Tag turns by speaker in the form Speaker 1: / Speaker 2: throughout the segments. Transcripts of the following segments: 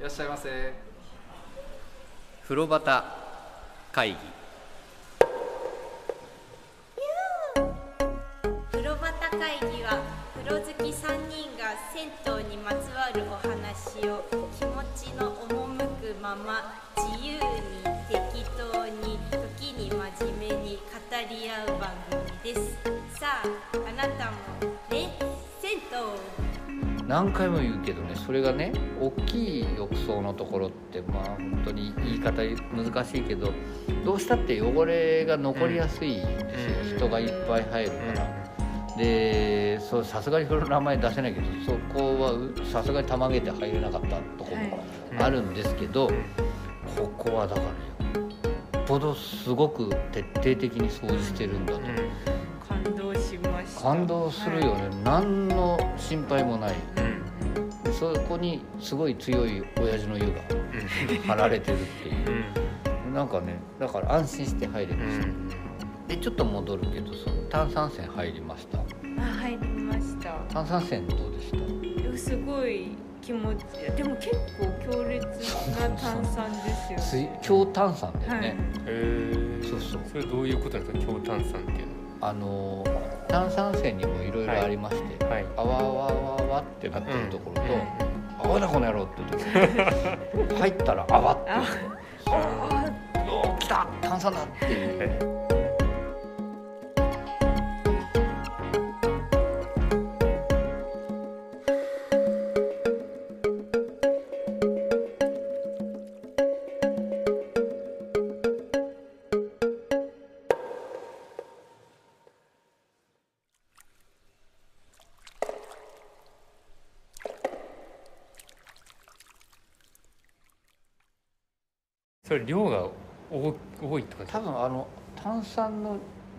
Speaker 1: らっしゃいませ
Speaker 2: 風呂端会議
Speaker 3: 風呂端会議は風呂好き3人が銭湯にまつわるお話を気持ちの赴くまま自由に適当に時に真面目に語り合う番組ですさああなたもね銭湯
Speaker 2: 何回も言うけどねそれがね大きい浴槽のところってまあ本当に言い方難しいけどどうしたって汚れが残りやすいんですよ、
Speaker 1: うん
Speaker 2: 人がいっぱい入るから、でそうさすがにその名前出せないけどそこはうさすがにたまげて入れなかったところもあるんですけど、ここはだからよっぽどすごく徹底的に掃除してるんだと、
Speaker 4: 感動しました
Speaker 2: 感動するよね、何の心配もない
Speaker 1: うん
Speaker 2: でそこにすごい強い親父の湯が張られてるってい
Speaker 1: うん
Speaker 2: うなんかねだから安心して入れ
Speaker 1: う
Speaker 2: ました、
Speaker 1: ん
Speaker 2: でちょっと戻るけどその炭酸泉入りました
Speaker 4: あ入りました
Speaker 2: 炭酸泉どうでした
Speaker 4: いやすごい気持ちでも結構強烈な炭酸ですよ
Speaker 2: 水強炭酸だよ
Speaker 4: はい
Speaker 2: ね、
Speaker 1: へえ
Speaker 2: そうそう
Speaker 1: それどういうことなんですか強炭酸っていう
Speaker 2: あのー炭酸泉にもいろいろありまして、
Speaker 1: のはい
Speaker 2: あわあわあわあわってなってるところと、あわだこの野郎っていうところ入ったらあわっていうところ
Speaker 4: あ
Speaker 2: お来た炭酸だっていう。
Speaker 1: それ量が多多いってこと
Speaker 2: 多分あの炭酸の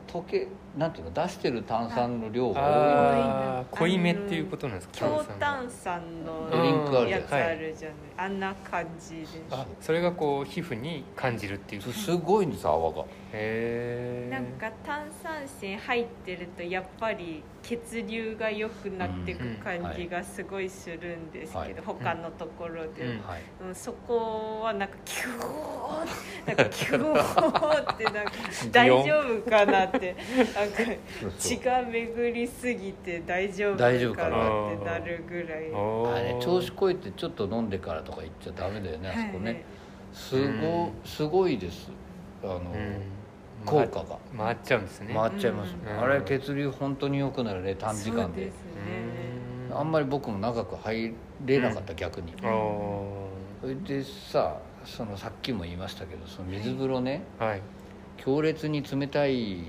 Speaker 2: 溶けなんていうか出してる炭酸の量が
Speaker 1: ああ濃いめっていうことなんですか
Speaker 4: 強
Speaker 1: 炭酸
Speaker 4: 炭酸
Speaker 2: ドリンクあ
Speaker 4: の
Speaker 2: るじゃん
Speaker 4: やつあるじゃない、あんな感じです
Speaker 1: あそれがこう皮膚に感じるっていう
Speaker 2: 多い
Speaker 1: へ
Speaker 2: すごいんです泡が
Speaker 1: え
Speaker 4: なんか炭酸泉入ってるとやっぱり血流が良くなっていく感じがすごいするんですけど、
Speaker 1: い
Speaker 4: 他のところでも、
Speaker 1: うん
Speaker 2: はい
Speaker 4: うんそこはなんかキューってなんかキューってなんか大丈夫かなってなんか
Speaker 2: そうそう
Speaker 4: 血が巡りすぎて大丈夫
Speaker 2: 大丈夫か
Speaker 4: か
Speaker 2: な
Speaker 4: なってなるぐらい
Speaker 1: お
Speaker 2: あれ
Speaker 1: ー
Speaker 2: 調子こいてちょっと飲んでからとか言っちゃダメだよねあそこねす
Speaker 1: う
Speaker 2: ご
Speaker 1: ん
Speaker 2: すごいですあの
Speaker 1: うん
Speaker 2: 効果が
Speaker 1: 回っちゃうんですね
Speaker 2: 回っちゃいます
Speaker 1: うん
Speaker 2: あれ血流本当に良くなるね短時間
Speaker 4: そうで
Speaker 2: です
Speaker 1: う
Speaker 2: あんまり僕も長く入れなかった逆に
Speaker 1: ああ
Speaker 2: それでさそのさっきも言いましたけどその水風呂ね
Speaker 1: はい
Speaker 2: 強烈に冷たい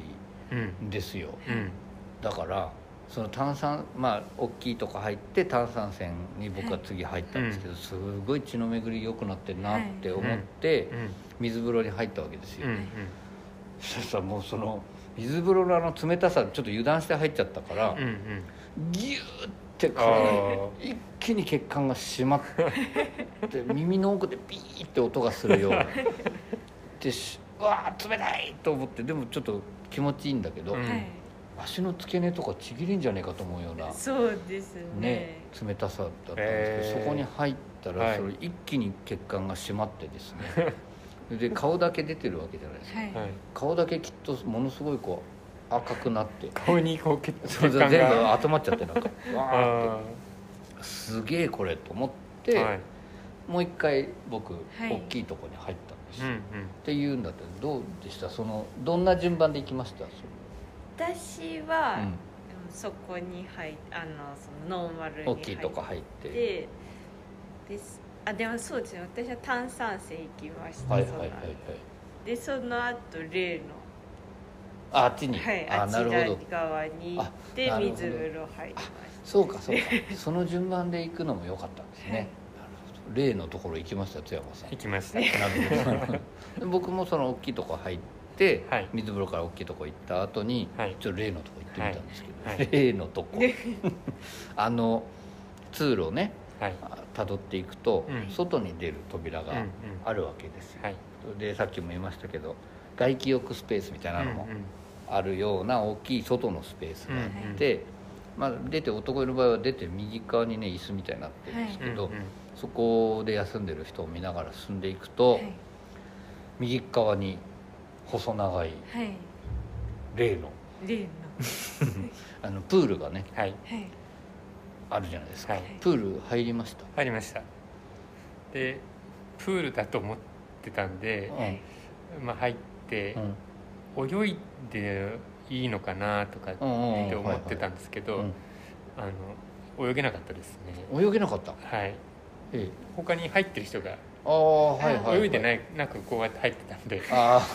Speaker 1: うん
Speaker 2: んですよ
Speaker 1: うん
Speaker 2: だからその炭酸まあ大きいとこ入って炭酸泉に僕は次入ったんですけど、すごい血の巡り良くなってるなって思って
Speaker 1: うん
Speaker 2: 水風呂に入ったわけですよ、
Speaker 1: うん
Speaker 2: そしたらもうその水風呂のあの冷たさちょっと油断して入っちゃったから、
Speaker 1: うんうん
Speaker 2: ギューって
Speaker 1: あー
Speaker 2: 体一気に血管が締 まって耳の奥でピーって音がするようなでしうわー冷たいと思ってでもちょっと気持ちいいんだけど、
Speaker 1: うん
Speaker 4: ねはい
Speaker 2: 足の付け根とかちぎれんじゃねえかと思うような
Speaker 4: そうです
Speaker 2: ね
Speaker 4: ね、
Speaker 2: 冷たさだったんですけ
Speaker 1: え
Speaker 2: ど、
Speaker 1: ー
Speaker 2: そこに入ったら、
Speaker 1: はい
Speaker 2: それ一気に血管が締まってですねで顔だけ出てるわけじゃないですか
Speaker 4: はい
Speaker 1: はい
Speaker 2: 顔だけきっとものすごいこう赤くなって
Speaker 1: 顔にこう血
Speaker 2: それ
Speaker 1: 血
Speaker 2: で
Speaker 1: 管
Speaker 2: 全部
Speaker 1: が
Speaker 2: 集まっちゃってなんかわーっ
Speaker 1: あ
Speaker 2: てすげえこれと思っ
Speaker 1: ー
Speaker 2: て、
Speaker 1: はい
Speaker 2: もう一回僕、
Speaker 4: い
Speaker 2: 大きいとこに入ったんです、
Speaker 1: うんう
Speaker 2: っ
Speaker 1: ん
Speaker 2: ていうんだってどうでしたそのどんな順番で行きましたそ
Speaker 4: 私は
Speaker 2: れ、うん
Speaker 4: うんそこに入っあのそのノーマルに入
Speaker 2: 大
Speaker 4: って
Speaker 2: きいとこ入って
Speaker 4: でですあでもそうですね私は炭酸泉行きました、
Speaker 2: はいはいは
Speaker 4: その
Speaker 2: いはい
Speaker 4: 後でその後例の
Speaker 2: ああっちに、
Speaker 4: はい、
Speaker 2: あ
Speaker 4: あ
Speaker 2: ー
Speaker 4: ち
Speaker 2: なるほ
Speaker 4: ら
Speaker 2: ど
Speaker 4: 側に行っ
Speaker 2: あ
Speaker 4: て
Speaker 2: なるほど
Speaker 4: 水風呂入りまし
Speaker 2: そうか そうかその順番で行くのも良かったんですね、
Speaker 4: はい
Speaker 2: なるほど例のところ行きました津山さん
Speaker 1: 行きました
Speaker 2: なるほど で僕もその大きいとこ入って、
Speaker 1: はい
Speaker 2: 水風呂から大きいとこ行った後に、
Speaker 1: はい
Speaker 2: ちょっと例のとこ行ってみたんですけど、
Speaker 1: はいはい
Speaker 2: 例のとこ あの通路をね
Speaker 1: はい
Speaker 2: たどっていくと、
Speaker 1: うん
Speaker 2: 外に出る扉
Speaker 1: うんう
Speaker 2: が
Speaker 1: ん
Speaker 2: あるわけですよ、
Speaker 1: はい
Speaker 2: でさっきも言いましたけど外気浴スペースみたいなのもあるような大きい外のスペースがあって、まあ、出て男湯の場合は出て右側にね椅子みたいになってるんですけど、そこで休んでる人を見ながら進んでいくと、
Speaker 4: はい
Speaker 2: 右側に細長い
Speaker 4: はい
Speaker 2: 例の
Speaker 4: 例の
Speaker 2: あのプールがね
Speaker 1: はい
Speaker 4: はい
Speaker 2: あるじゃないですか、
Speaker 1: はい
Speaker 2: プール入りました、
Speaker 1: 入りましたでプールだと思ってたんで、
Speaker 4: はい
Speaker 1: まあ、入って
Speaker 2: うんうん
Speaker 1: 泳いでいいのかなとかっ
Speaker 2: うんうん
Speaker 1: て思ってたんですけど、
Speaker 2: うん
Speaker 1: あの泳げなかったですね
Speaker 2: 泳げなかった、
Speaker 1: はい
Speaker 2: ええ、
Speaker 1: 他に入ってる人が
Speaker 2: ああはいはい、はい、
Speaker 1: 泳いでないいなくこうやって入ってたんで
Speaker 2: あ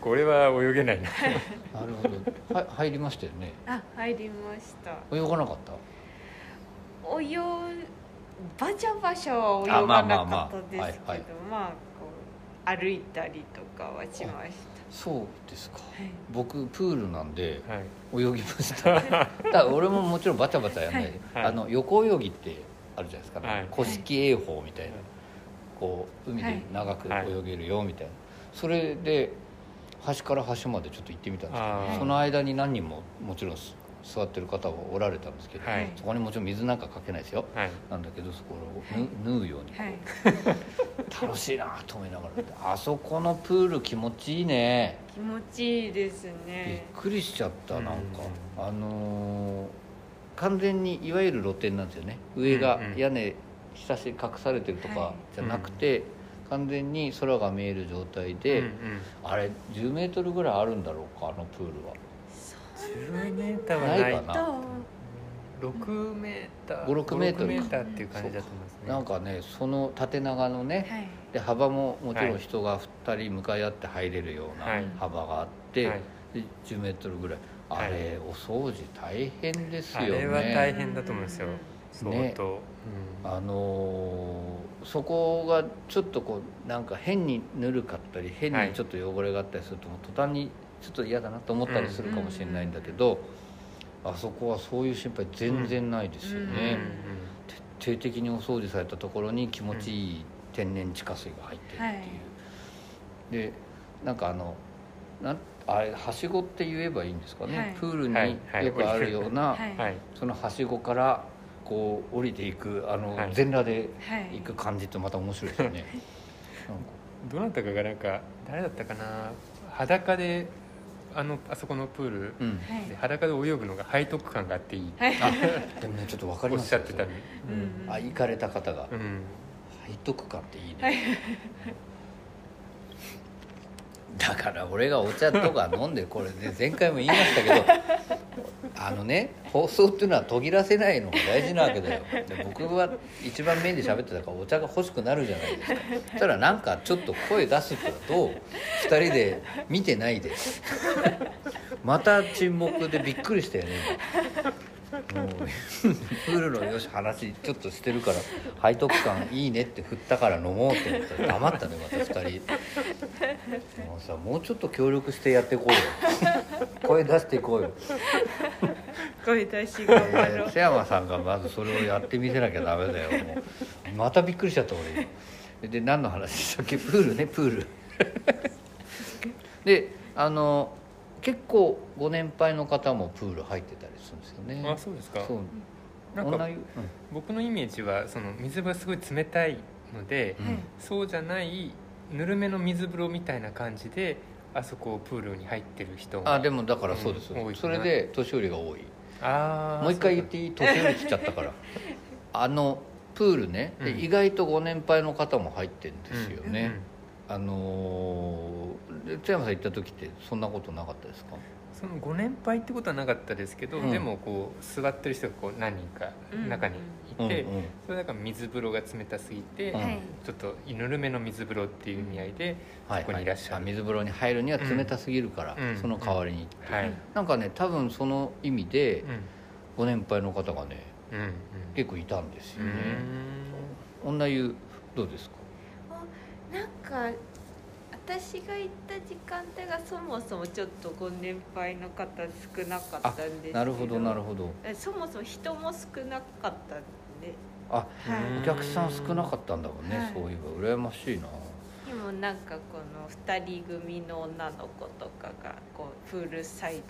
Speaker 1: これは泳げないな
Speaker 2: あなるほどは入りましたよね
Speaker 4: あ入りました
Speaker 2: 泳がなかっ
Speaker 4: 泳うバシャバシャは泳がなかったです
Speaker 2: あまあまあまあは
Speaker 4: け
Speaker 2: いはい
Speaker 4: どまあこう歩いたりとかはしました
Speaker 2: そうですか
Speaker 4: たはい
Speaker 2: 僕プールなんで
Speaker 1: はい
Speaker 2: 泳ぎましただから俺ももちろんバタバタやんない、
Speaker 1: はい
Speaker 2: あの横泳ぎってあるじゃないですか、
Speaker 1: はい
Speaker 2: 古式泳法みたいな、
Speaker 1: はい
Speaker 2: こう海で長く泳げるよみたいな、それで端から端までちょっと行ってみたんですけ
Speaker 1: あ
Speaker 2: ど
Speaker 1: ー
Speaker 2: その間に何人ももちろんす座ってる方はおられたんですけど、
Speaker 1: はい
Speaker 2: そこにもちろん水なんかかけないですよ
Speaker 1: はい
Speaker 2: なんだけどそこを
Speaker 4: はい
Speaker 2: ぬ縫うように
Speaker 4: はい
Speaker 2: 楽しいなと思いながらあそこのプール気持ちいいね
Speaker 4: 気持ちいいです
Speaker 2: びっ
Speaker 4: ね
Speaker 2: くりしちゃったなんか、
Speaker 1: うん
Speaker 2: あのー完全にいわゆる露店なんですよね上が
Speaker 1: うんうん
Speaker 2: 屋根ひさし隠されてると
Speaker 4: は
Speaker 2: か
Speaker 4: い
Speaker 2: じゃなくて、完全に空が見える状態で、
Speaker 1: うんうん
Speaker 2: あれ1 0ルぐらいあるんだろうかあのプールは
Speaker 1: 10メーターはない
Speaker 2: ないかな
Speaker 4: と
Speaker 1: 6メーター
Speaker 2: 5 6メートルか
Speaker 1: 5 6ターっていう感じだと思いますね
Speaker 2: なんかねその縦長のね、
Speaker 4: はい
Speaker 2: で幅ももちろ
Speaker 1: は
Speaker 2: ん
Speaker 1: い
Speaker 2: 人が2人向かい合って入れるよう
Speaker 1: は
Speaker 2: ない幅があって、
Speaker 1: はい
Speaker 2: で10メートルぐらいあ
Speaker 1: はい
Speaker 2: れ、お掃除大変ですよ
Speaker 1: あ
Speaker 2: ね
Speaker 1: れは大変だと思いますよ相
Speaker 2: ね
Speaker 1: 当、うん
Speaker 2: あのーそこがちょっとこうなんか変にぬるかったり変
Speaker 1: は
Speaker 2: に
Speaker 1: い
Speaker 2: ちょっと汚れがあったりすると、もう途端にちょっと嫌だなと思ったりするかもしれないんだけど、あそこはそういう心配全然ないですよ
Speaker 1: うん
Speaker 2: ね、
Speaker 1: うん
Speaker 2: 徹底的にお掃除されたところに気持ちいい天然地下水が入ってるっていう、でなんかあのなんあれはしごって言えばいいんですかね、
Speaker 4: はい
Speaker 2: プール
Speaker 1: はいはい
Speaker 2: によくあるような、
Speaker 4: はい
Speaker 1: はい、
Speaker 2: そのはしごからこう降りていくあの、
Speaker 1: はい
Speaker 2: 全裸で
Speaker 4: はい
Speaker 2: 行く感じってまた面白いですよねなんか
Speaker 1: どなたかがなんか誰だったかな裸であのあそこのプール
Speaker 2: うん
Speaker 4: は
Speaker 1: で
Speaker 4: い
Speaker 1: 裸で泳ぐのが背徳感があっていいって
Speaker 2: あでもねちょっと分かり
Speaker 1: おっ
Speaker 2: ます
Speaker 1: しゃってたの
Speaker 4: うん
Speaker 2: あ行かれた方が
Speaker 1: うん、うん
Speaker 2: 背徳感っていいね、
Speaker 4: はい
Speaker 2: だから俺がお茶とか飲んでこれ ね前回も言いましたけどあのね放送っていうのは途切らせないのが大事なわけだよで僕は一番メインで喋ってたからお茶が欲しくなるじゃないですかそしたらなんかちょっと声出すってどう2人で見てないでまた沈黙でびっくりしたよね今もうプールのよし話ちょっとしてるから背徳感いいねって振ったから飲もうと思ったら黙ったねまた2人もうさもうちょっと協力してやっていこうよ声出していこうよ
Speaker 4: 声出し頑張
Speaker 2: え
Speaker 4: ろ
Speaker 2: ー
Speaker 4: う
Speaker 2: 瀬山さんがまずそれをやってみせなきゃダメだよもうまたびっくりしちゃった俺今で何の話でしたっけプールねプールであの結構ご年配の方もプール入ってたりするんですよね
Speaker 1: あそうですか
Speaker 2: そう
Speaker 1: なん
Speaker 2: 女
Speaker 1: か
Speaker 2: 湯うん
Speaker 1: 僕のイメージはその水がすごい冷たいので、
Speaker 2: うん
Speaker 1: そうじゃないぬるめの水風呂みたいな感じであそこをプールに入ってる人が
Speaker 2: あでもだからそうです、
Speaker 1: うん多い
Speaker 2: それで年寄りが多い
Speaker 1: あー
Speaker 2: もう一回言っていい年寄り来ちゃっ たからあのプールね、で
Speaker 1: うん
Speaker 2: 意外とご年配の方も入ってるんですよ
Speaker 1: そうだ
Speaker 2: ね、あのーで津山さん行った時ってそんなことなかったですか
Speaker 1: うんそのご年配ってことはなかったですけど、
Speaker 2: うん
Speaker 1: でもこう座ってる人がこう何人か中にいて、
Speaker 2: うんうん
Speaker 1: それだから水風呂が冷たすぎて、
Speaker 2: うん
Speaker 4: はい
Speaker 1: ちょっとぬるめの水風呂っていう意味合いで、
Speaker 2: はい
Speaker 1: そこにいらっしゃる
Speaker 2: あ水風呂に入るには冷たすぎるから、
Speaker 1: うん
Speaker 2: その代わりに、
Speaker 1: はい、
Speaker 2: なんかね多分その意味で
Speaker 1: うん
Speaker 2: ご年配の方がね
Speaker 1: うんうん
Speaker 2: 結構いたんですよ
Speaker 1: う
Speaker 2: ね、女湯どうですか
Speaker 4: なんか私が行った時間帯がそもそもちょっとご年配の方少なかったんですけど
Speaker 2: なるほどなるほど
Speaker 4: えそもそも人も少なかったんで
Speaker 2: あ
Speaker 4: は
Speaker 1: う
Speaker 2: お客さん少なかったんだもんね、
Speaker 4: はい
Speaker 2: そういえば羨ましいな
Speaker 4: でものなんかこの2人組の女の子とかがこうプールサイドに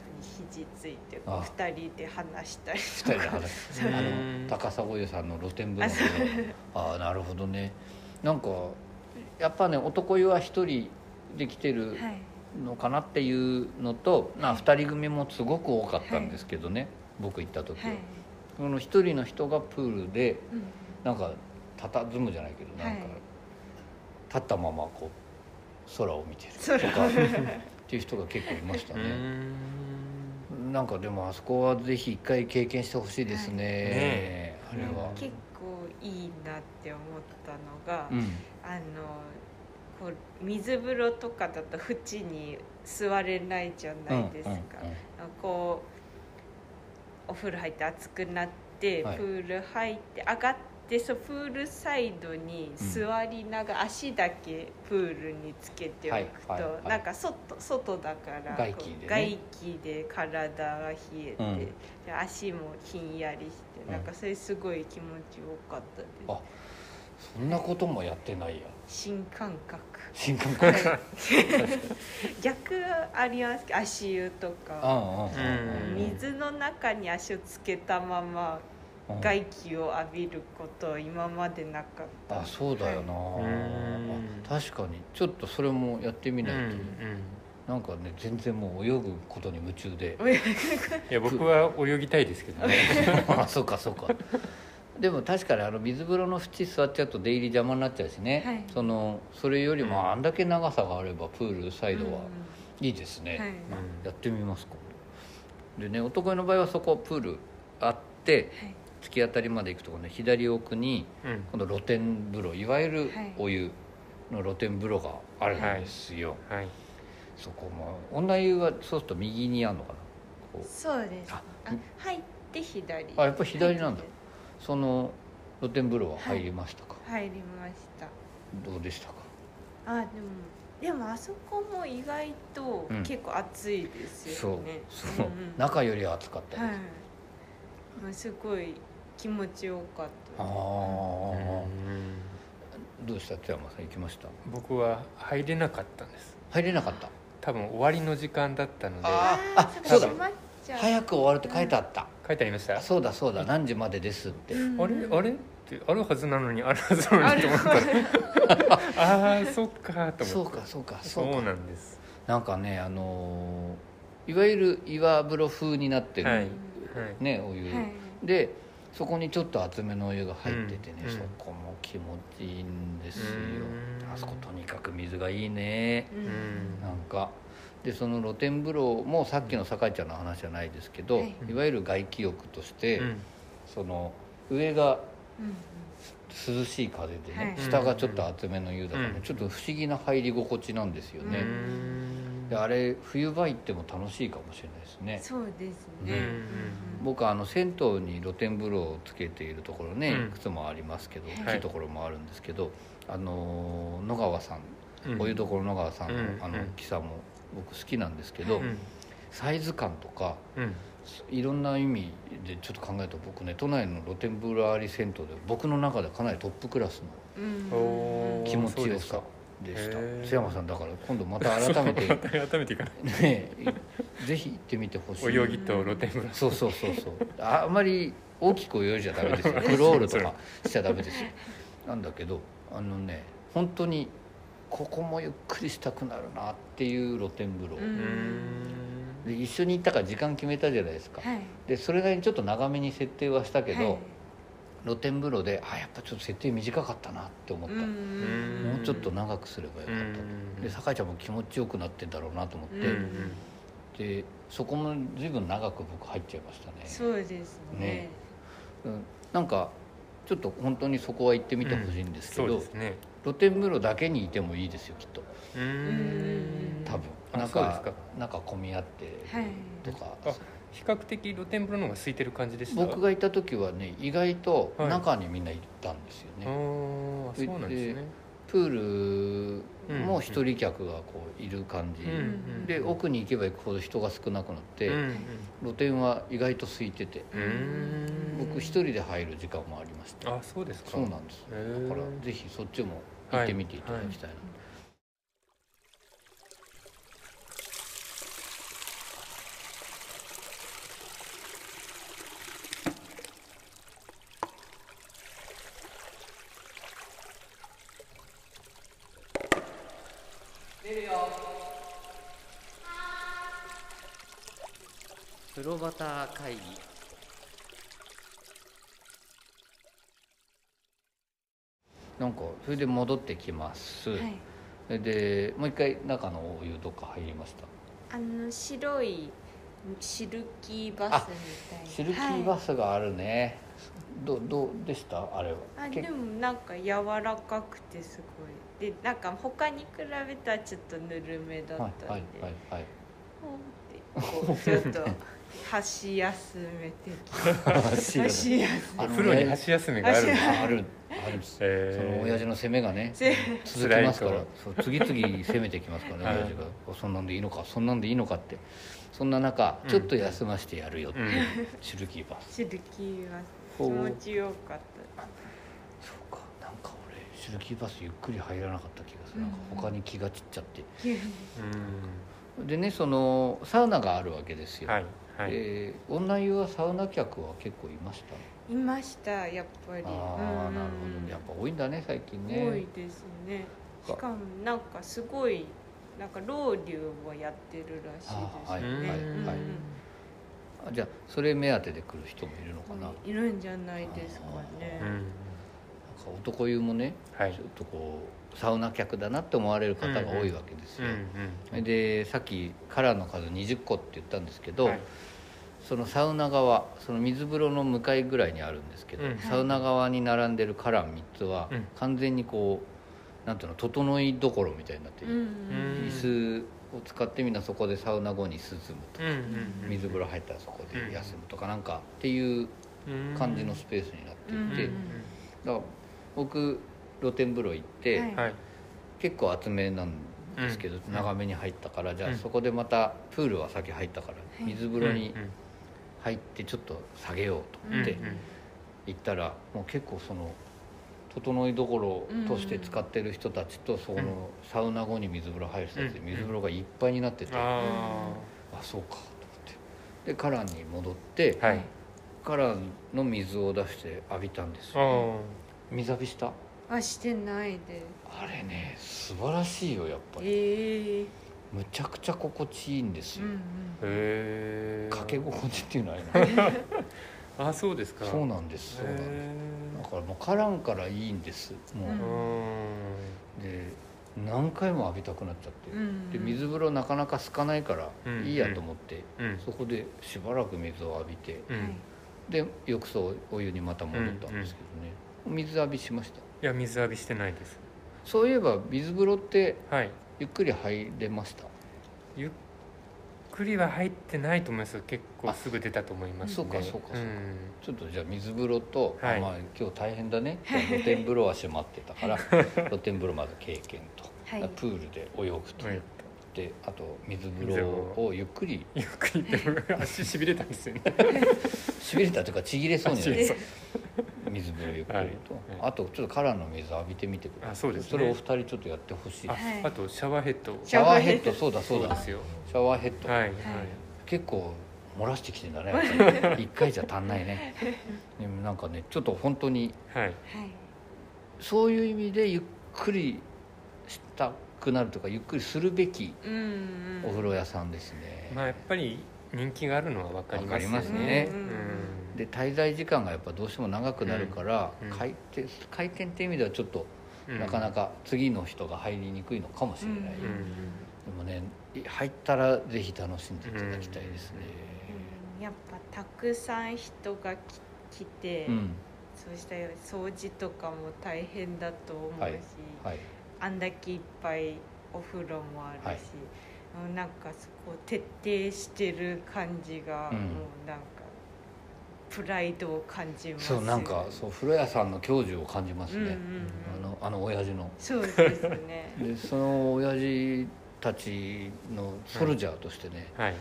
Speaker 4: 肘ついてこう
Speaker 2: あ
Speaker 4: 2人で話したり
Speaker 2: 二
Speaker 4: と
Speaker 2: 人で
Speaker 4: か
Speaker 2: 話す
Speaker 1: う
Speaker 2: あ
Speaker 1: ん
Speaker 2: の高砂湯さんの露天風呂 のああなるほどねなんかやっぱね男湯は一人で来てる
Speaker 4: はい
Speaker 2: のかなっていうのと、まあ、2人組もすごく多かったんですけどね、僕行った時は、
Speaker 4: はい
Speaker 2: その1人の人がプールで
Speaker 4: うん
Speaker 2: なんか佇むじゃないけどなんか、
Speaker 4: はい
Speaker 2: 立ったままこう空を見てる
Speaker 4: 空を
Speaker 2: とかっていう人が結構いました
Speaker 1: う
Speaker 2: ね。
Speaker 1: ん
Speaker 2: なんかでもあそこはぜひ一回経験してほしいですね、
Speaker 1: はいねえ
Speaker 2: あれは、
Speaker 4: 結構いいなって思ったのが、
Speaker 2: うん
Speaker 4: あのこう水風呂とかだと縁に座れないじゃないですか、こうお風呂入って熱くなって、
Speaker 2: はい
Speaker 4: プール入って上がってそうプールサイドに座りながら、足だけプールにつけておくと、
Speaker 2: はいはいはい
Speaker 4: なんか外外だから
Speaker 2: 外気でね
Speaker 4: こう外気で体が冷えて、
Speaker 2: うん
Speaker 4: で足もひんやりしてなんかそれすごい気持ちよかったです、
Speaker 2: あそんなこともやってないや
Speaker 4: 新感覚
Speaker 2: 新感覚
Speaker 4: はい逆ありますけど足湯とか
Speaker 1: うん
Speaker 4: 水の中に足をつけたまま外気を浴びることは今までなかった
Speaker 2: あそうだよな、
Speaker 1: うん
Speaker 2: あ確かにちょっとそれもやってみ
Speaker 1: うんう
Speaker 2: ないと、
Speaker 1: ん
Speaker 2: なんかね全然もう泳ぐことに夢中で
Speaker 1: いや僕は泳ぎたいですけどね
Speaker 2: あそうかそうかでも確かにあの水風呂の縁座っちゃうと出入り邪魔になっちゃうしね、
Speaker 4: はい
Speaker 2: そのそれより
Speaker 1: うん
Speaker 2: もあんだけ長さがあればプールサイドは
Speaker 4: うん
Speaker 2: いいですね、
Speaker 4: はい
Speaker 2: やってみますかでね男湯の場合はそこプールあって
Speaker 4: はい
Speaker 2: 突き当たりまで行くところの左奥に
Speaker 1: うん
Speaker 2: この露天風呂いわゆる
Speaker 4: はい
Speaker 2: お湯の露天風呂があるんですよ、
Speaker 1: はい
Speaker 2: そこも女湯はそうすると右にあるのかなこう
Speaker 4: そうです
Speaker 2: あ
Speaker 4: あ入って左
Speaker 2: あやっぱ左なん
Speaker 4: 入
Speaker 2: だ
Speaker 4: って
Speaker 2: その露天風呂は入りましたか、
Speaker 4: 入りました
Speaker 2: どうでしたか
Speaker 4: あでもでもあそこも意外と
Speaker 2: うん
Speaker 4: 結構暑いです
Speaker 2: そう
Speaker 4: よね、
Speaker 2: そう、
Speaker 4: んん
Speaker 2: 中よりは暑かったです、
Speaker 4: はいまあすごい気持ちよかっ
Speaker 2: あ
Speaker 4: た
Speaker 2: あ、
Speaker 1: うん
Speaker 2: どうした津山さん行きました
Speaker 1: 僕は入れなかったんです
Speaker 2: 入れなかった
Speaker 1: 多分終わりの時間だったので
Speaker 2: あ
Speaker 4: あー
Speaker 2: そうだ
Speaker 4: 閉まっちゃう
Speaker 2: 早く終わるって書いてあった、
Speaker 1: 書いてありました
Speaker 2: あそうだそうだ何時までですって、
Speaker 4: うん
Speaker 1: あれあれってあるはずなのにあるはずなのにと思 ったああーそっかと
Speaker 2: そ
Speaker 1: 思
Speaker 2: う
Speaker 1: って
Speaker 2: かそうか
Speaker 1: そ
Speaker 2: そううか
Speaker 1: なんです
Speaker 2: なんかねあのーいわゆる岩風呂風になってる、
Speaker 1: はい
Speaker 2: ねお湯、
Speaker 4: はい
Speaker 2: でそこにちょっと厚めのお湯が入っててね、
Speaker 1: うん
Speaker 2: そこも気持ちいいんですよ
Speaker 1: うん
Speaker 2: あそことにかく水がいいね
Speaker 4: うん
Speaker 1: うん
Speaker 2: なんかでその露天風呂もさっきの酒井ちゃんの話じゃないですけど、
Speaker 4: はい
Speaker 2: い、わゆる外気浴として、
Speaker 1: うん
Speaker 2: その上が
Speaker 4: うん
Speaker 2: 涼しい風で
Speaker 4: は
Speaker 2: ね、
Speaker 4: い
Speaker 2: 下がちょっと厚めの湯だから、ね
Speaker 1: うん
Speaker 2: ちょっと不思議な入り心地なんですよね、
Speaker 1: うん
Speaker 2: であれ冬場行っても楽しいかもしれないですね
Speaker 4: そうです
Speaker 2: ね
Speaker 4: ねうん
Speaker 2: 僕はあの銭湯に露天風呂をつけているところね、
Speaker 1: うん
Speaker 2: いくつもありますけど
Speaker 4: はい
Speaker 2: 大きいところもあるんですけど、あの野川さん、
Speaker 1: うん
Speaker 2: お湯どころ野川さんの,、
Speaker 1: うん
Speaker 2: あの
Speaker 1: うん
Speaker 2: 大きさも僕好きなんですけど、
Speaker 1: うん
Speaker 2: サイズ感とか
Speaker 1: うん
Speaker 2: いろんな意味でちょっと考えると僕ね都内の露天風呂あり銭湯で僕の中でかなりトップクラス
Speaker 4: う
Speaker 2: の
Speaker 4: ん
Speaker 1: おー
Speaker 2: 気持ちよさでした
Speaker 1: そうですかへー
Speaker 2: 津山さんだから今度また改 めて
Speaker 1: 改めてい かない
Speaker 2: ねぜひ行ってみてほしい
Speaker 1: 泳ぎと露天風呂
Speaker 2: そうそうそうそうああんまり大きく泳いじゃダメですよクロールとかしちゃダメですよなんだけどあのね本当にここもゆっくりしたくなるなっていう露天風呂、
Speaker 4: うん
Speaker 2: で一緒に行ったから時間決めたじゃないですか、
Speaker 4: はい
Speaker 2: でそれなりにちょっと長めに設定はしたけど、
Speaker 4: はい
Speaker 2: 露天風呂であやっぱちょっと設定短かったなって思った、
Speaker 4: うん
Speaker 1: うん
Speaker 2: もうちょっと長くすればよかったと、
Speaker 1: うん
Speaker 2: で酒井ちゃんも気持ちよくなってんだろうなと思って、
Speaker 4: う
Speaker 1: うん
Speaker 4: ん
Speaker 2: でそこも随分長く僕入っちゃいましたね
Speaker 4: そうです
Speaker 2: ね
Speaker 4: ね
Speaker 2: うんなんかちょっと本当にそこは行ってみてほしいんですけ
Speaker 1: そう
Speaker 2: ど、
Speaker 1: ですね
Speaker 2: 露天風呂だけにいてもいいですよきっと
Speaker 1: うーん
Speaker 2: 多分、
Speaker 1: あ
Speaker 2: なん
Speaker 1: そうですか
Speaker 2: かなんか混み合って
Speaker 4: はい
Speaker 2: とか、
Speaker 1: あ比較的露天風呂の方が空いてる感じでした
Speaker 2: 僕が行った時はね意外と
Speaker 1: はい
Speaker 2: 中にみんな行ったんですよね、
Speaker 1: ああそうなんですね
Speaker 2: プールも一人客がこういる感じ、
Speaker 1: うんうん
Speaker 2: で奥に行けば行くほど人が少なくなって、
Speaker 1: うん
Speaker 2: 露店は意外と空いてて
Speaker 1: うんうん
Speaker 2: 僕一人で入る時間もありました、
Speaker 1: あそうですか
Speaker 2: そうなんです
Speaker 1: へー
Speaker 2: だからぜひそっちも行ってみていただきたいな、風呂バ会議なんかそれで戻ってきます、
Speaker 4: はい、
Speaker 2: でもう一回中のお湯とか入りました
Speaker 4: あの白いシルキーバス
Speaker 2: シ
Speaker 4: みたいな
Speaker 2: ルキー
Speaker 4: はい
Speaker 2: バスがあるね、どどうでしたあれは
Speaker 4: あ
Speaker 2: け
Speaker 4: でもなんか柔らかくてすごいでなんか他に比べたらちょっとぬるめだった
Speaker 2: は
Speaker 4: ん
Speaker 2: い
Speaker 4: で、
Speaker 2: はいはいはい
Speaker 4: ほんってこうちょっ と箸休め的
Speaker 2: 走
Speaker 4: 箸
Speaker 2: る
Speaker 4: 休
Speaker 2: あの
Speaker 1: 風呂に箸休みがあるんだ
Speaker 2: あるあるんです
Speaker 1: へ
Speaker 2: そ
Speaker 1: ー
Speaker 2: の親父の攻めがね
Speaker 4: め
Speaker 2: 続きますから
Speaker 1: 辛い
Speaker 2: そう次々攻めてきますからね
Speaker 1: はい
Speaker 2: 親父があそんなんでいいのかそんなんでいいのかってそんな中
Speaker 1: うん
Speaker 2: ちょっと休ませてやるよっていう
Speaker 1: うん
Speaker 2: シルキーバス
Speaker 4: シルキーバス気
Speaker 2: ほう
Speaker 4: 持ちよかった
Speaker 2: そうかなんか俺シルキーバスゆっくり入らなかった気がするなんか
Speaker 4: うん
Speaker 2: 他に気が散っちゃって
Speaker 4: 急に
Speaker 2: でねそのサウナがあるわけです
Speaker 1: うん
Speaker 2: よ、
Speaker 1: はいはい
Speaker 2: えー女湯はサウナ客は結構いました
Speaker 4: いましたやっぱり
Speaker 2: ああなるほどやっぱ多いんだね最近ね
Speaker 4: 多いですね
Speaker 2: そ
Speaker 4: し
Speaker 2: っか
Speaker 4: かもなんかすごいなんか老流もやってるらし
Speaker 2: あはい
Speaker 4: ですね
Speaker 2: はい
Speaker 4: うん
Speaker 2: はいあじゃあそれ目当てで来る人もいるのかな、なんか
Speaker 4: いるんじゃないですかね
Speaker 1: うんうん
Speaker 2: 男湯もね、
Speaker 1: はい
Speaker 2: ちょっとこうサウナ客だなって思われる方が多いわけです
Speaker 1: うん
Speaker 2: よ、
Speaker 1: うん
Speaker 2: でさっきカラーの数20個って言ったんですけど、
Speaker 1: はい
Speaker 2: そのサウナ側その水風呂の向かいぐらいにあるんですけど、
Speaker 1: うん
Speaker 2: サウナ側に並んでるカラー3つは
Speaker 1: うん
Speaker 2: 完全にこうなんていうの整いどころみたいになって
Speaker 4: う
Speaker 2: る、
Speaker 4: ん
Speaker 2: 椅子を使ってみんなそこでサウナ後に涼むと
Speaker 1: うんうんうん
Speaker 2: 水風呂入ったらそこで休むとかなんかっていう感じのスペースになって
Speaker 4: うん
Speaker 1: うん
Speaker 2: いて、
Speaker 1: うん
Speaker 2: だから僕露天風呂行って、
Speaker 4: はい
Speaker 1: はい
Speaker 2: 結構厚めなんですけど、
Speaker 1: うん
Speaker 2: 長めに入ったからじゃ
Speaker 1: う
Speaker 2: あ
Speaker 1: ん
Speaker 2: そこでまたプールは先入ったから、
Speaker 4: い
Speaker 2: 水風呂に
Speaker 1: うん
Speaker 2: 入ってちょっと下げようと
Speaker 1: うん
Speaker 2: 思っ
Speaker 4: で
Speaker 2: て行ったら、もう結構その整いどころとして使ってる人たちと、そこのサウナ後に水風呂入る人たちで
Speaker 1: うん
Speaker 2: 水風呂がいっぱいになってて、あ
Speaker 1: あ
Speaker 2: そうかと思ってでカラーに戻って、
Speaker 1: あはい
Speaker 2: カラーの水を出して浴びたんです
Speaker 1: あ
Speaker 2: よ
Speaker 1: ー
Speaker 2: 水浴びした
Speaker 4: はしてないで
Speaker 2: あれね素晴らしいよやっぱり
Speaker 4: ええ
Speaker 2: むちゃくちゃ心地いいんです
Speaker 4: う
Speaker 2: よ、
Speaker 4: ん
Speaker 1: へえ
Speaker 2: かけ心地っていうのはあれな
Speaker 1: あそうですか
Speaker 2: そうなんですそうなんですだからもうカランからいいんですもう、
Speaker 4: うん
Speaker 2: で何回も浴びたくなっちゃって、
Speaker 4: うんうん
Speaker 2: で水風呂なかなか空かないから
Speaker 1: うん
Speaker 2: いいやと思って、
Speaker 1: うんうん
Speaker 2: そこでしばらく水を浴びて
Speaker 1: うん
Speaker 4: はい
Speaker 2: で浴槽お湯にまた戻ったんですけどね、水浴びしました
Speaker 1: いや水浴びしてないです
Speaker 2: そういえば水風呂って
Speaker 1: はい
Speaker 2: ゆっくり入れました
Speaker 1: ゆっくりは入ってないと思います結構
Speaker 2: あ
Speaker 1: すぐ出たと思いますね
Speaker 2: そうかそうかそうか
Speaker 1: ん
Speaker 2: ちょっとじゃあ水風呂と、
Speaker 1: はい
Speaker 2: あまあ、今日大変だ ね今日露天風呂は閉まってたから露天風呂まず経験と、
Speaker 4: はい
Speaker 2: プールで泳ぐと、
Speaker 1: はい
Speaker 2: であと水風呂をゆっくり
Speaker 1: ゆっくりでも足しびれたんですよね
Speaker 2: しびれたというかちぎれそうになる
Speaker 1: そう
Speaker 2: 水風呂ゆっくりと、
Speaker 1: はい
Speaker 2: あとちょっとカラーの水浴びてみてください
Speaker 1: あそうですね
Speaker 2: それお二人ちょっとやってほしい
Speaker 1: あ
Speaker 4: はい
Speaker 1: あとシャワーヘッド
Speaker 2: シャワーヘッドそうだそうだ
Speaker 1: ですよ
Speaker 2: シャワーヘッド、
Speaker 1: はいはい
Speaker 2: 結構漏らしてきてんだねやっ ぱり一回じゃ足んないねでもなんかねちょっと本当に
Speaker 1: はい
Speaker 2: そういう意味でゆっくりしたくなるとかゆっくりするべき
Speaker 4: うんうん
Speaker 2: お風呂屋さんですね、
Speaker 1: まあやっぱり人気があるのは分かりますよ
Speaker 2: わかりますね
Speaker 1: うん
Speaker 2: で滞在時間がやっぱどうしても長くなるから、
Speaker 1: うんうん
Speaker 2: 回転回転って意味ではちょっと
Speaker 1: うん
Speaker 2: なかなか次の人が入りにくいのかもしれない、
Speaker 1: うん
Speaker 2: でもね入ったらぜひ楽しんでいただきたいですね
Speaker 4: うんやっぱたくさん人がき来て、
Speaker 2: うん、
Speaker 4: そうしたよ掃除とかも大変だと思うし、
Speaker 2: はいはい
Speaker 4: あんだけいっぱいお風呂もあるし、
Speaker 2: はい
Speaker 4: うんなんかそこ徹底してる感じが、
Speaker 2: うん
Speaker 4: もうなんかプライドを感じます
Speaker 2: そうなんかそう風呂屋さんの教授を感じます
Speaker 4: うんうんう
Speaker 2: ね、
Speaker 4: ん
Speaker 2: あのあの親父の
Speaker 4: そうですね
Speaker 2: でその親父たちのソルジャーとしてね、
Speaker 1: はい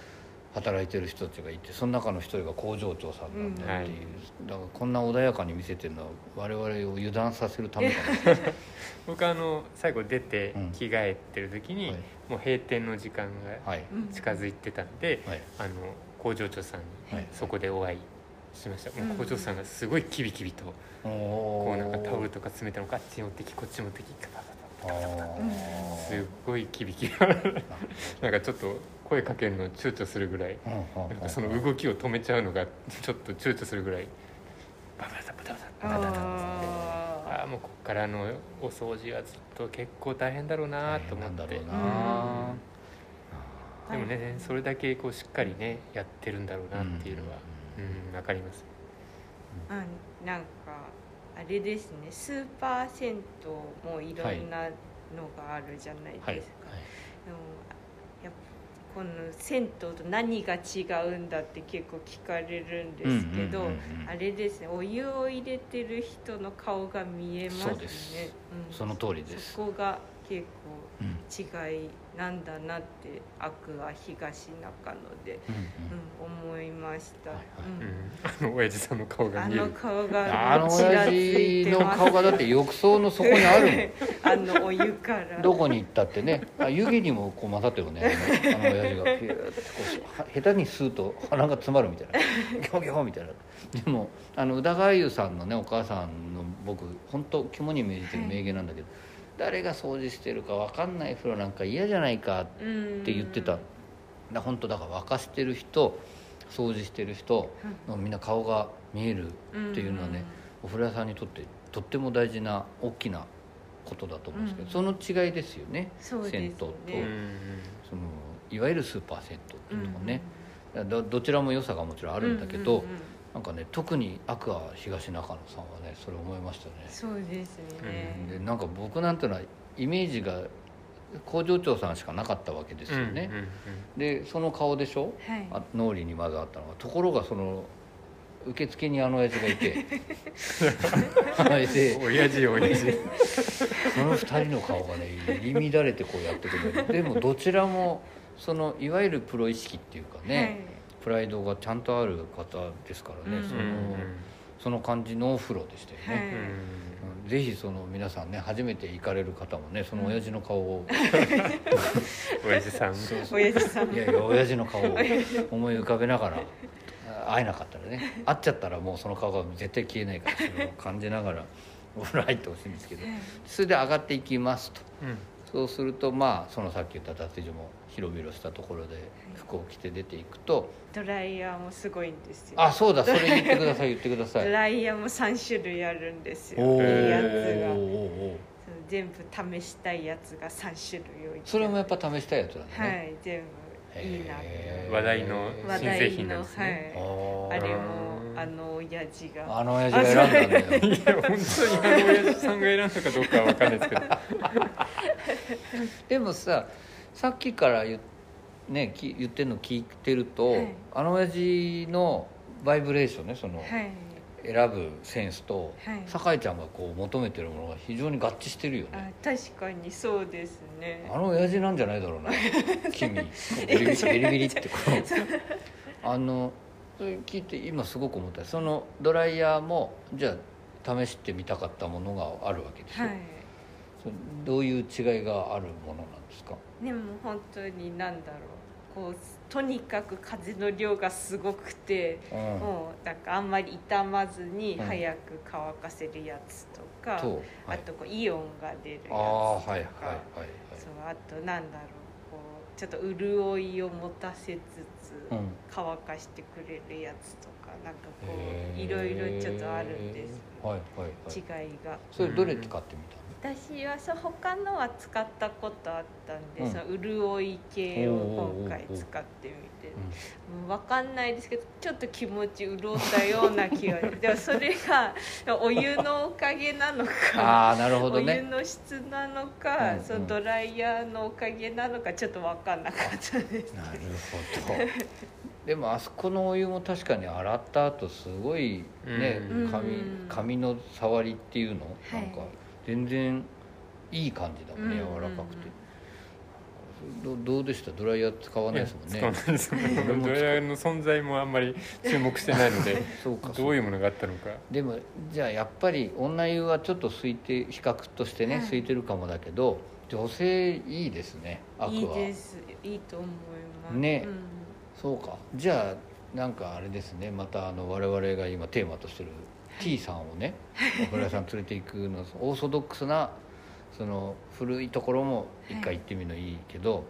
Speaker 2: 働いてる人たちがいてその中の一人が工場長さんなんだっていう
Speaker 1: う、
Speaker 2: だからこんな穏やかに見せてるのは我々を油断させるためかもし
Speaker 1: 僕あの最後出て
Speaker 2: うん
Speaker 1: 着替えてる時
Speaker 2: れ
Speaker 1: に
Speaker 2: ない
Speaker 1: もう閉店の時間が
Speaker 2: はい
Speaker 4: うん
Speaker 1: 近づいてたんで
Speaker 2: はい
Speaker 1: あの工場長さんに
Speaker 2: はい
Speaker 1: そこでお会いしました、もう
Speaker 4: うん
Speaker 1: 工場さんがすごいキビキビとこ
Speaker 2: こ
Speaker 1: うなんかタオルとか詰めたのかあっちに持ってきこっち持ってきガタガタガタガタガタすっごいキビキビなんかちょっと声かけるの躊躇するぐらい
Speaker 2: うんうん
Speaker 1: なん
Speaker 2: う
Speaker 1: か
Speaker 2: ん
Speaker 1: その動きを止めちゃうのがちょっと躊躇するぐらいバタバタバタバタバタバタ
Speaker 4: あ
Speaker 1: ああもうこっからのお掃除はずっと結構大変だろうなと思って
Speaker 2: 大変なんだろ
Speaker 4: な
Speaker 2: う
Speaker 1: あ
Speaker 4: ー
Speaker 1: ーでもねそれだけこうしっかりねやってるんだろうなっていうのはうんわかります
Speaker 4: あなんかあれですねスーパー銭湯もいろんなのがあるじゃないですか、
Speaker 2: はいはい
Speaker 4: でもやっぱこの銭湯と何が違うんだって結構聞かれるんですけど、
Speaker 2: うんうんうんうん
Speaker 4: あれですねお湯を入れてる人の顔が見えますね
Speaker 2: そうです、
Speaker 4: うん、
Speaker 2: その通りです
Speaker 4: そこが結
Speaker 2: うんうん
Speaker 4: 構違いなんだなってアクア東中野で、
Speaker 2: うん
Speaker 4: うん、思いました、
Speaker 2: はいはい
Speaker 1: うん
Speaker 4: うん
Speaker 1: あの親父さんの顔が
Speaker 4: あ
Speaker 1: 見え
Speaker 4: の
Speaker 1: る
Speaker 4: 顔
Speaker 2: あ
Speaker 4: が
Speaker 2: の
Speaker 4: ちら
Speaker 2: 親
Speaker 4: つい
Speaker 2: 父
Speaker 4: て
Speaker 2: の
Speaker 4: ます
Speaker 2: 顔がだって浴槽の底にある
Speaker 4: あのお湯から
Speaker 2: もんどこに行ったってねあ湯気にもこう混ざってるねあの あの親父がピューってこうは下手に吸うと鼻が詰まるみたいなギョギョみたいなでもあの宇田川優さんのねお母さんの僕本当肝に銘じてる名言なんだけど、誰が掃除してるか分かんない風呂なんか嫌じゃないかって
Speaker 4: って
Speaker 2: って言ってた、だ本当だから沸かしてる人掃除してる人、みんな顔が見えるっていうのはね、お風呂屋さんにとってとっても大事な大きなことだと思うんですけど、その違いですよね
Speaker 4: そうですね
Speaker 2: 銭湯と
Speaker 1: う
Speaker 2: うん
Speaker 1: ん
Speaker 2: そのいわゆるスーパー銭湯っていうのがね、だどちらも良さがもちろん
Speaker 4: あ
Speaker 2: あるんだけど、なんかね特にアクア東中野さんはねそれ思いましたね。
Speaker 4: そうですね、
Speaker 2: でなんか僕なんてのはイメージが工場長さんしかなかったわけですよ
Speaker 1: う
Speaker 2: ね、
Speaker 1: んうんうん
Speaker 2: でその顔でしょ
Speaker 4: はい
Speaker 2: あ脳裏にまずあったのがところがその受付にあの親父がいてはいで
Speaker 1: 親父親父
Speaker 2: その2人の顔がね入り乱れてこうやってくるでもどちらもそのいわゆるプロ意識っていうかね、プライドがちゃんとある方ですからね、
Speaker 4: うん
Speaker 2: そ
Speaker 1: うん
Speaker 2: のその感じのお風呂でしたよ
Speaker 4: はい、
Speaker 2: ね、
Speaker 1: うん
Speaker 2: うんぜひその皆さんね初めて行かれる方もねその親父の顔を、
Speaker 1: 親父さん
Speaker 2: そうそう
Speaker 4: 親父さん
Speaker 2: いやいや親父の顔を思い浮かべながらあ会えなかったらね会っちゃったらもうその顔が絶対消えないからそれを感じながら お風呂入ってほしいんですけどそれで上がっていきますと
Speaker 1: うん
Speaker 2: そうするとまあそのさっき言った脱衣所も広々したところで服を着て出ていくと
Speaker 4: ドライヤーもすごいんです
Speaker 2: 「
Speaker 4: よ
Speaker 2: あそうだそれ言ってください言ってくださ
Speaker 4: ド
Speaker 2: い」
Speaker 4: ライヤーも三種類あるんですよい
Speaker 2: お
Speaker 4: い
Speaker 2: ー
Speaker 4: やつが
Speaker 2: おーおー
Speaker 4: その全部試したいやつが三種類をいて
Speaker 2: それもやっぱ試したいやつなんだ
Speaker 4: は
Speaker 2: ね、
Speaker 4: い全部いいなって
Speaker 2: へー
Speaker 1: 話題の
Speaker 4: 話
Speaker 1: 新製品
Speaker 4: 題
Speaker 1: な
Speaker 4: の、
Speaker 1: んです
Speaker 4: は
Speaker 1: ね
Speaker 4: い、
Speaker 2: あ
Speaker 4: あ
Speaker 2: ー
Speaker 4: れもあの親父が
Speaker 2: あの親父が選んだんだよ
Speaker 1: いや本当にあの親父さんが選んだかどうかは分かんないですけど
Speaker 2: でもささっきから言,、ね、き言ってるの聞いてると、
Speaker 4: はい
Speaker 2: あの親父のバイブレーションねその、
Speaker 4: はい
Speaker 2: 選ぶセンスと、
Speaker 4: はい
Speaker 2: 酒井ちゃんがこう求めてるものが非常に合致してるよ
Speaker 4: あ
Speaker 2: ね
Speaker 4: 確かにそうですね
Speaker 2: あの親父なんじゃないだろう な君ビリビリビリビリってこうあのそれ聞いて今すごく思ったそのドライヤーもじゃあ試してみたかったものがあるわけですよ、
Speaker 4: はい
Speaker 2: それどういう違いがあるものなんですか
Speaker 4: でも本当に何だろうこうとにかく風の量がすごくて、
Speaker 2: うん
Speaker 4: もうなんかあんまり傷まずに
Speaker 2: うん
Speaker 4: 早く乾かせるやつとか、
Speaker 2: とは
Speaker 4: あ
Speaker 2: い
Speaker 4: とこうイオンが出るやつと
Speaker 2: あ
Speaker 4: か
Speaker 2: あはいはいはい
Speaker 4: そうあとなんだろうこうちょっと潤いを持たせつつ、
Speaker 2: はい、うん
Speaker 4: 乾かしてくれるやつとかなんかこ
Speaker 2: へ
Speaker 4: う
Speaker 2: ー
Speaker 4: いろいろちょっとあるんです、
Speaker 2: はいはいはい
Speaker 4: 違いが
Speaker 2: それどれ使ってみたの
Speaker 4: 私はそう他のは使ったことあったんで、
Speaker 2: うん
Speaker 4: その潤い系を今回使ってみて、うんわ分かんないですけどちょっと気持ち潤ったような気が でもそれがお湯のおかげなのか。
Speaker 2: ああなるほ
Speaker 4: お
Speaker 2: ど
Speaker 4: 湯
Speaker 2: ね
Speaker 4: の質なのか、
Speaker 2: うんうん
Speaker 4: そのドライヤーのおかげなのかちょっと分かんなかったです
Speaker 2: なるほどでもあそこのお湯も確かに洗った後すごいね、
Speaker 1: うん
Speaker 2: 髪
Speaker 4: うん
Speaker 2: 髪の触りっていうの、
Speaker 4: はい
Speaker 2: なんか全然いい感じだもんね、
Speaker 4: うん
Speaker 2: 柔らかくてどどうでしたドライヤー使わ
Speaker 1: い
Speaker 2: ない
Speaker 1: や
Speaker 2: です
Speaker 1: 使
Speaker 2: もん
Speaker 1: わ
Speaker 2: ね
Speaker 1: ないですね
Speaker 2: 俺も使う
Speaker 1: ドライヤーの存在もあんまり注目してないので
Speaker 2: そうかそう
Speaker 1: どう
Speaker 2: か
Speaker 1: いうものがあったのか
Speaker 2: でもじゃあやっぱり女湯はちょっと空いて比較としてね、
Speaker 4: はい
Speaker 2: 空いてるかもだけど女性いいですねアクア
Speaker 4: いいですいいと思います
Speaker 2: ね
Speaker 4: うん
Speaker 2: そうかじゃあなんかあれですねまたあの我々が今テーマとしてる T さんをねお風呂屋さん連れて行くの オーソドックスなその古いところも一回行ってみるのいいけど、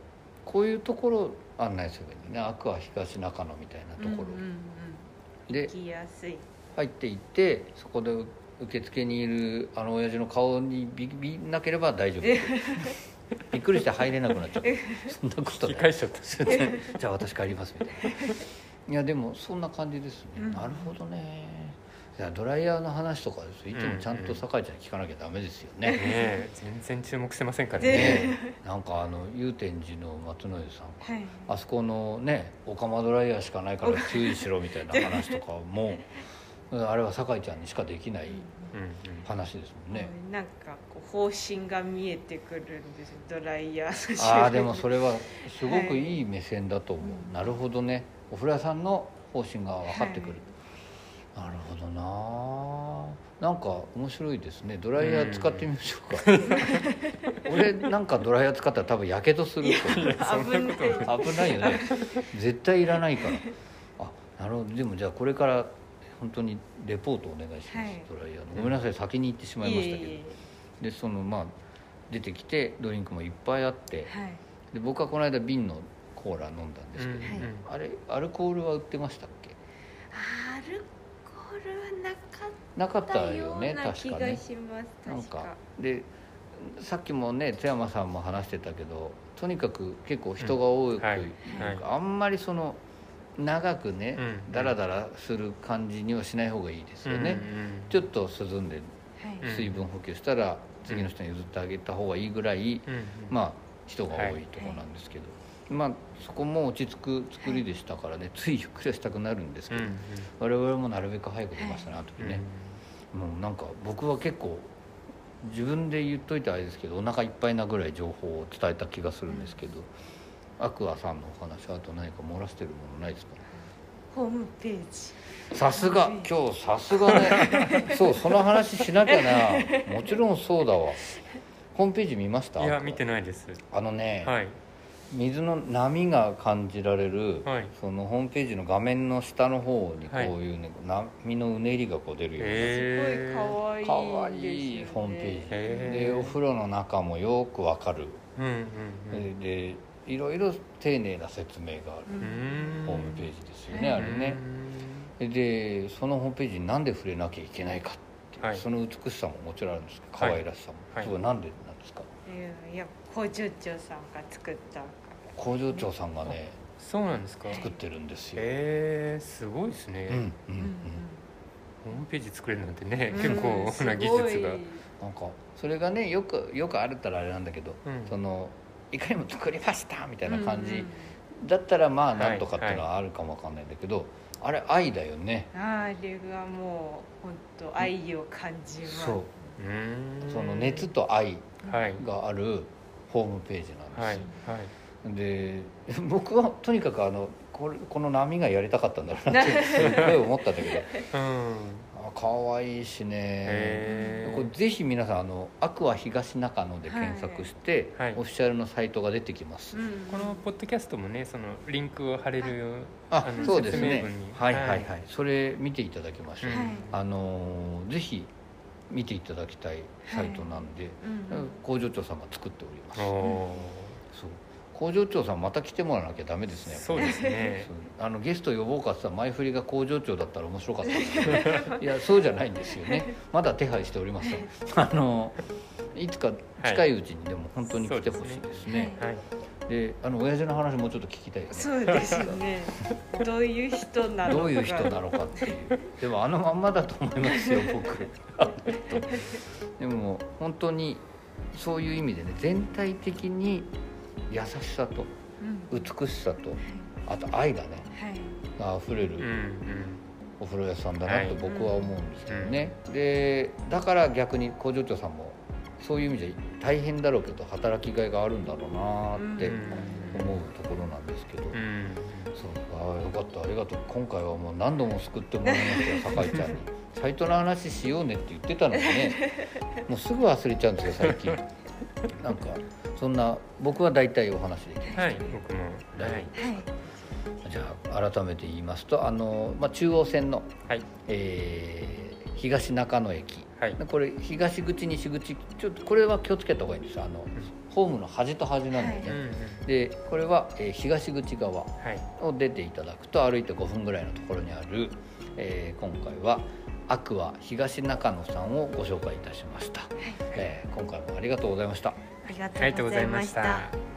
Speaker 2: こういうところ案内するにねアクア東中野みたいなところ、
Speaker 4: うんうんうん、
Speaker 2: で
Speaker 4: 行きやすい
Speaker 2: 入っていってそこで受付にいるあの親父の顔にビビんなければ大 丈夫びっくりして入れなくなっちゃったそんなこと
Speaker 1: 引き
Speaker 2: ない
Speaker 1: 返しちゃった
Speaker 2: それでじゃあ私帰りますみたい ないやでもそんな感じですね、
Speaker 4: うん
Speaker 2: なるほどねいやドライヤーの話とかですいつもちゃんと酒井ちゃんに聞かなきゃダメですよ
Speaker 1: ね
Speaker 2: ね、
Speaker 1: え全然注目してませんからね
Speaker 2: ねえ なんかあの祐天寺の松之江さん
Speaker 4: はい
Speaker 2: あそこのねオカマドライヤーしかないから注意しろみたいな話とかも あれは酒井ちゃんにしかできない
Speaker 1: うんうん
Speaker 2: 話ですもんね、
Speaker 4: なんかこう方針が見えてくるんですドライヤーの種類
Speaker 2: ああでもそれはすごくいい目線だと思う、なるほどねお風呂屋さんの方針が分かってくる、なるほどななんか面白いですねドライヤー使ってみましょうか、 俺なんかドライヤー使ったら多分やけどする
Speaker 1: そんなことない
Speaker 4: 危
Speaker 2: と思う危ないよね絶対いらないからあなるほどでもじゃあこれから本当にレポートお願いします、
Speaker 4: はい
Speaker 2: ドライヤーのごめんなさい先に行ってしまいましたけど
Speaker 4: いえい
Speaker 2: でそのまあ出てきてドリンクもいっぱいあって
Speaker 4: えはい
Speaker 2: で僕はこの間瓶のコーラ飲んだんですけど、
Speaker 1: うん
Speaker 4: はい
Speaker 2: あれアルコールは売ってましたっけ
Speaker 4: アルコールはなかっ
Speaker 2: なかったた
Speaker 4: よ
Speaker 2: よ
Speaker 4: う
Speaker 2: ね
Speaker 4: な気
Speaker 2: 確か
Speaker 4: が
Speaker 2: ね
Speaker 4: します
Speaker 2: なん
Speaker 4: 確か
Speaker 2: かでさっきもね津山さんも話してたけどとにかく結構人が多く、
Speaker 1: うんはいはい
Speaker 2: なんかあんまりその長くね、
Speaker 1: うん
Speaker 2: ダラダラする感じにはしない方がいいですよね、ち
Speaker 1: ょ
Speaker 2: ょっと涼んで
Speaker 4: はい、
Speaker 1: うん
Speaker 2: 水分補給したら次の人に譲ってあげた方がいいぐらい、まあ人が多いところなんですけど、まあそこも落ち着く作りでしたからね、ついゆっくりはしたくなるんですけど、我々もなるべく早く出ましたね、あの時ね、もうなんか僕は結構自分で言っといたあれですけどお腹いっぱいなぐらい情報を伝えた気がするんですけど、アクアさんのお話あと何か漏らしてるものないですか
Speaker 4: ホームページ
Speaker 2: さすが今日さすが ねそうその話しなきゃなもちろんそうだわホームページ見ました
Speaker 1: いや見てないです
Speaker 2: あのね、
Speaker 1: はい
Speaker 2: 水の波が感じられる、
Speaker 1: はい
Speaker 2: そのホームページの画面の下の方にこう
Speaker 1: はい
Speaker 2: いうね、波のうねりがこう出るような、
Speaker 1: へ
Speaker 4: すごい可愛い
Speaker 2: かわいい
Speaker 4: ですよね
Speaker 2: ホームページ、
Speaker 1: へー
Speaker 2: でお風呂の中もよくわかる、
Speaker 1: うんうんうん
Speaker 2: でいろいろ丁寧な説明があ
Speaker 4: う、
Speaker 2: る
Speaker 1: うんん
Speaker 2: ホームページですよね、
Speaker 4: うん
Speaker 2: あれねでそのホームページになんで触れなきゃいけないかっていう、
Speaker 1: はい
Speaker 2: その美しさももちろんあるんですけど可
Speaker 1: はい
Speaker 2: 愛らしさも、
Speaker 1: はい
Speaker 2: それはなんでなんですか
Speaker 4: うんいや工場長さんが作ったから
Speaker 2: 工場長さんがね
Speaker 1: そうなんですか
Speaker 2: 作ってるんですよ、
Speaker 1: えー、すごいですね、
Speaker 2: うんうんうん、
Speaker 1: ホームページ作れるなんてね、
Speaker 4: うん
Speaker 1: 結構な技術が、
Speaker 4: うん
Speaker 2: なんかそれがねよくよくあるったらあれなんだけど、
Speaker 1: うん
Speaker 2: そのいかにも作りましたみ
Speaker 4: す
Speaker 2: たい
Speaker 4: ごい
Speaker 2: な感じ、
Speaker 4: うん
Speaker 2: だったらまあ
Speaker 1: い
Speaker 2: なんとかっていうのはあるかもわかんないんだけど、あれ愛だよね
Speaker 4: うんあれがもう本当愛を感じます
Speaker 2: そう
Speaker 1: ーん
Speaker 2: その熱と愛
Speaker 1: はい
Speaker 2: があるホームページな
Speaker 1: は
Speaker 2: ん
Speaker 1: い
Speaker 2: で
Speaker 1: はい
Speaker 2: す、で 僕はとにかくあのこれこの波がやりたかったんだろう なってすごい思ったんだけど
Speaker 1: うん
Speaker 2: あ可愛いしね
Speaker 1: へ
Speaker 2: これぜひ皆さんあの「アクア東中野」で検索して、
Speaker 1: はいはい
Speaker 2: オフィシャルのサイトが出てきます、
Speaker 4: うん
Speaker 1: このポッドキャストもねそのリンクを貼れるよ
Speaker 2: あ
Speaker 1: あの
Speaker 2: そうです
Speaker 1: 説
Speaker 2: ね
Speaker 1: 明文に
Speaker 2: はいはいはい、
Speaker 1: は
Speaker 2: それ見ていただきましょう、
Speaker 1: うん
Speaker 4: はい
Speaker 2: あのーぜひ見ていただきたいサイトなんで、
Speaker 4: うんうん
Speaker 2: 工場長さんが作っております
Speaker 1: おお
Speaker 2: そう工場長さんまた来てもらわなきゃダメです
Speaker 1: ー
Speaker 2: ね
Speaker 1: そう
Speaker 2: やっ
Speaker 1: です
Speaker 2: ぱね
Speaker 1: ね
Speaker 2: そうあのゲスト呼ぼうかってさ前振りが工場長だったら面白かったんですけ どいやそうじゃないんですよねまだ手配しておりません あのいつか近いうちにでも本当に来てほしいですね、
Speaker 1: はい
Speaker 2: であの親父の話もうちょっと聞きたいですね
Speaker 4: そうですね。どういう人なのか。
Speaker 2: どういう人なのかっていうでもあのまんまだと思い ますよ僕あの人でも本当にそういう意味でね全体的に優しさと
Speaker 4: うん
Speaker 2: 美しさとあと愛がね
Speaker 4: はい。
Speaker 2: が溢れ
Speaker 1: うん
Speaker 2: る
Speaker 1: うん
Speaker 2: お風呂屋さんだなと
Speaker 1: はい
Speaker 2: 僕は思うんですけどね、でだから逆に工場長さんもそういう意味じゃ大変だろうけど働きがいがあるんだろうなーって思うところなんですけど、
Speaker 1: うん
Speaker 2: そうああよかったありがとう今回はもう何度も救ってもらいましたよ酒井ちゃんにサイトの話しようねって言ってたのにねもうすぐ忘れちゃうんですよ最近なんかそんな僕は大体お話できる
Speaker 1: はい僕もはい
Speaker 2: じゃあ改めて言いますとあの、まあ、中央線の、
Speaker 1: はい
Speaker 2: えー東中野駅
Speaker 1: はい
Speaker 2: でこれ東口西口ちょっとこれは気をつけた方がいいんですあのホームの端と端なんだよね、
Speaker 1: うんうん
Speaker 2: でこれは、えー東口側
Speaker 1: はい
Speaker 2: を出ていただくと歩いて5分ぐらいのところにある、えー今回はアクア東中野さんをご紹介いたしました、えー今回もありがとうございました
Speaker 4: ありが
Speaker 1: ありが
Speaker 4: と
Speaker 1: と
Speaker 4: う
Speaker 1: うご
Speaker 4: ござ
Speaker 1: ざ
Speaker 4: い
Speaker 1: い
Speaker 4: ま
Speaker 1: ま
Speaker 4: し
Speaker 1: したた。